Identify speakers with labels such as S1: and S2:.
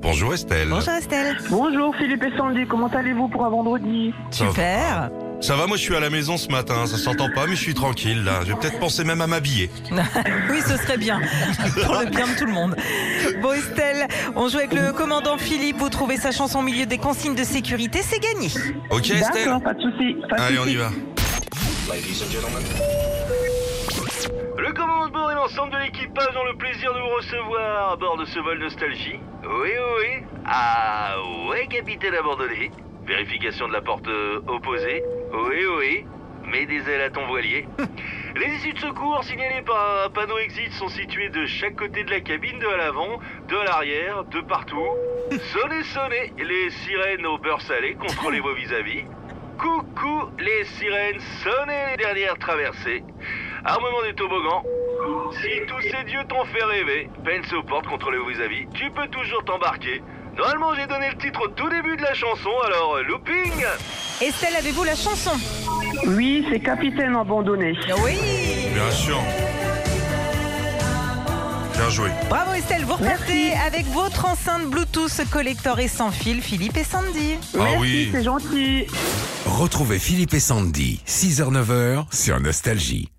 S1: Bonjour Estelle.
S2: Bonjour Estelle.
S3: Bonjour Philippe et Sandy, comment allez-vous pour un vendredi
S1: Ça va.
S2: Super.
S1: Ça va, moi je suis à la maison ce matin, ça s'entend pas, mais je suis tranquille là. Je vais peut-être penser même à m'habiller.
S2: Oui, ce serait bien. Pour le bien de tout le monde. Bon Estelle, on joue avec le commandant Philippe. Vous trouvez sa chanson au milieu des consignes de sécurité, c'est gagné.
S1: Ok Estelle
S3: D'accord, pas de souci. pas de
S1: Allez, on
S3: souci.
S1: y va.
S4: Le commandant de bord et l'ensemble de l'équipage ont le plaisir de vous recevoir à bord de ce vol Nostalgie. Oui, oui, oui. Ah, ouais, capitaine abandonné. Vérification de la porte euh, opposée. Oui, oui. Mets des ailes à ton voilier. Les issues de secours signalées par un panneau exit sont situées de chaque côté de la cabine, de à l'avant, de à l'arrière, de partout. Sonnez, sonnez les sirènes au beurre salé, contrôlez vos vis-à-vis. Coucou les sirènes, sonnez les dernières traversées. Armement des toboggans. Si tous ces dieux t'ont fait rêver, peine aux portes, contrôlez vos vis-à-vis, tu peux toujours t'embarquer. Normalement j'ai donné le titre au tout début de la chanson, alors euh, looping
S2: Estelle, avez-vous la chanson
S3: Oui, c'est capitaine abandonné.
S1: Ah
S2: Oui.
S1: Bien sûr. Bien joué.
S2: Bravo Estelle, vous repartez avec votre enceinte Bluetooth collector et sans fil, Philippe et Sandy.
S1: Ah
S3: Merci,
S1: oui.
S3: c'est gentil.
S5: Retrouvez Philippe et Sandy, 6h-9h sur Nostalgie.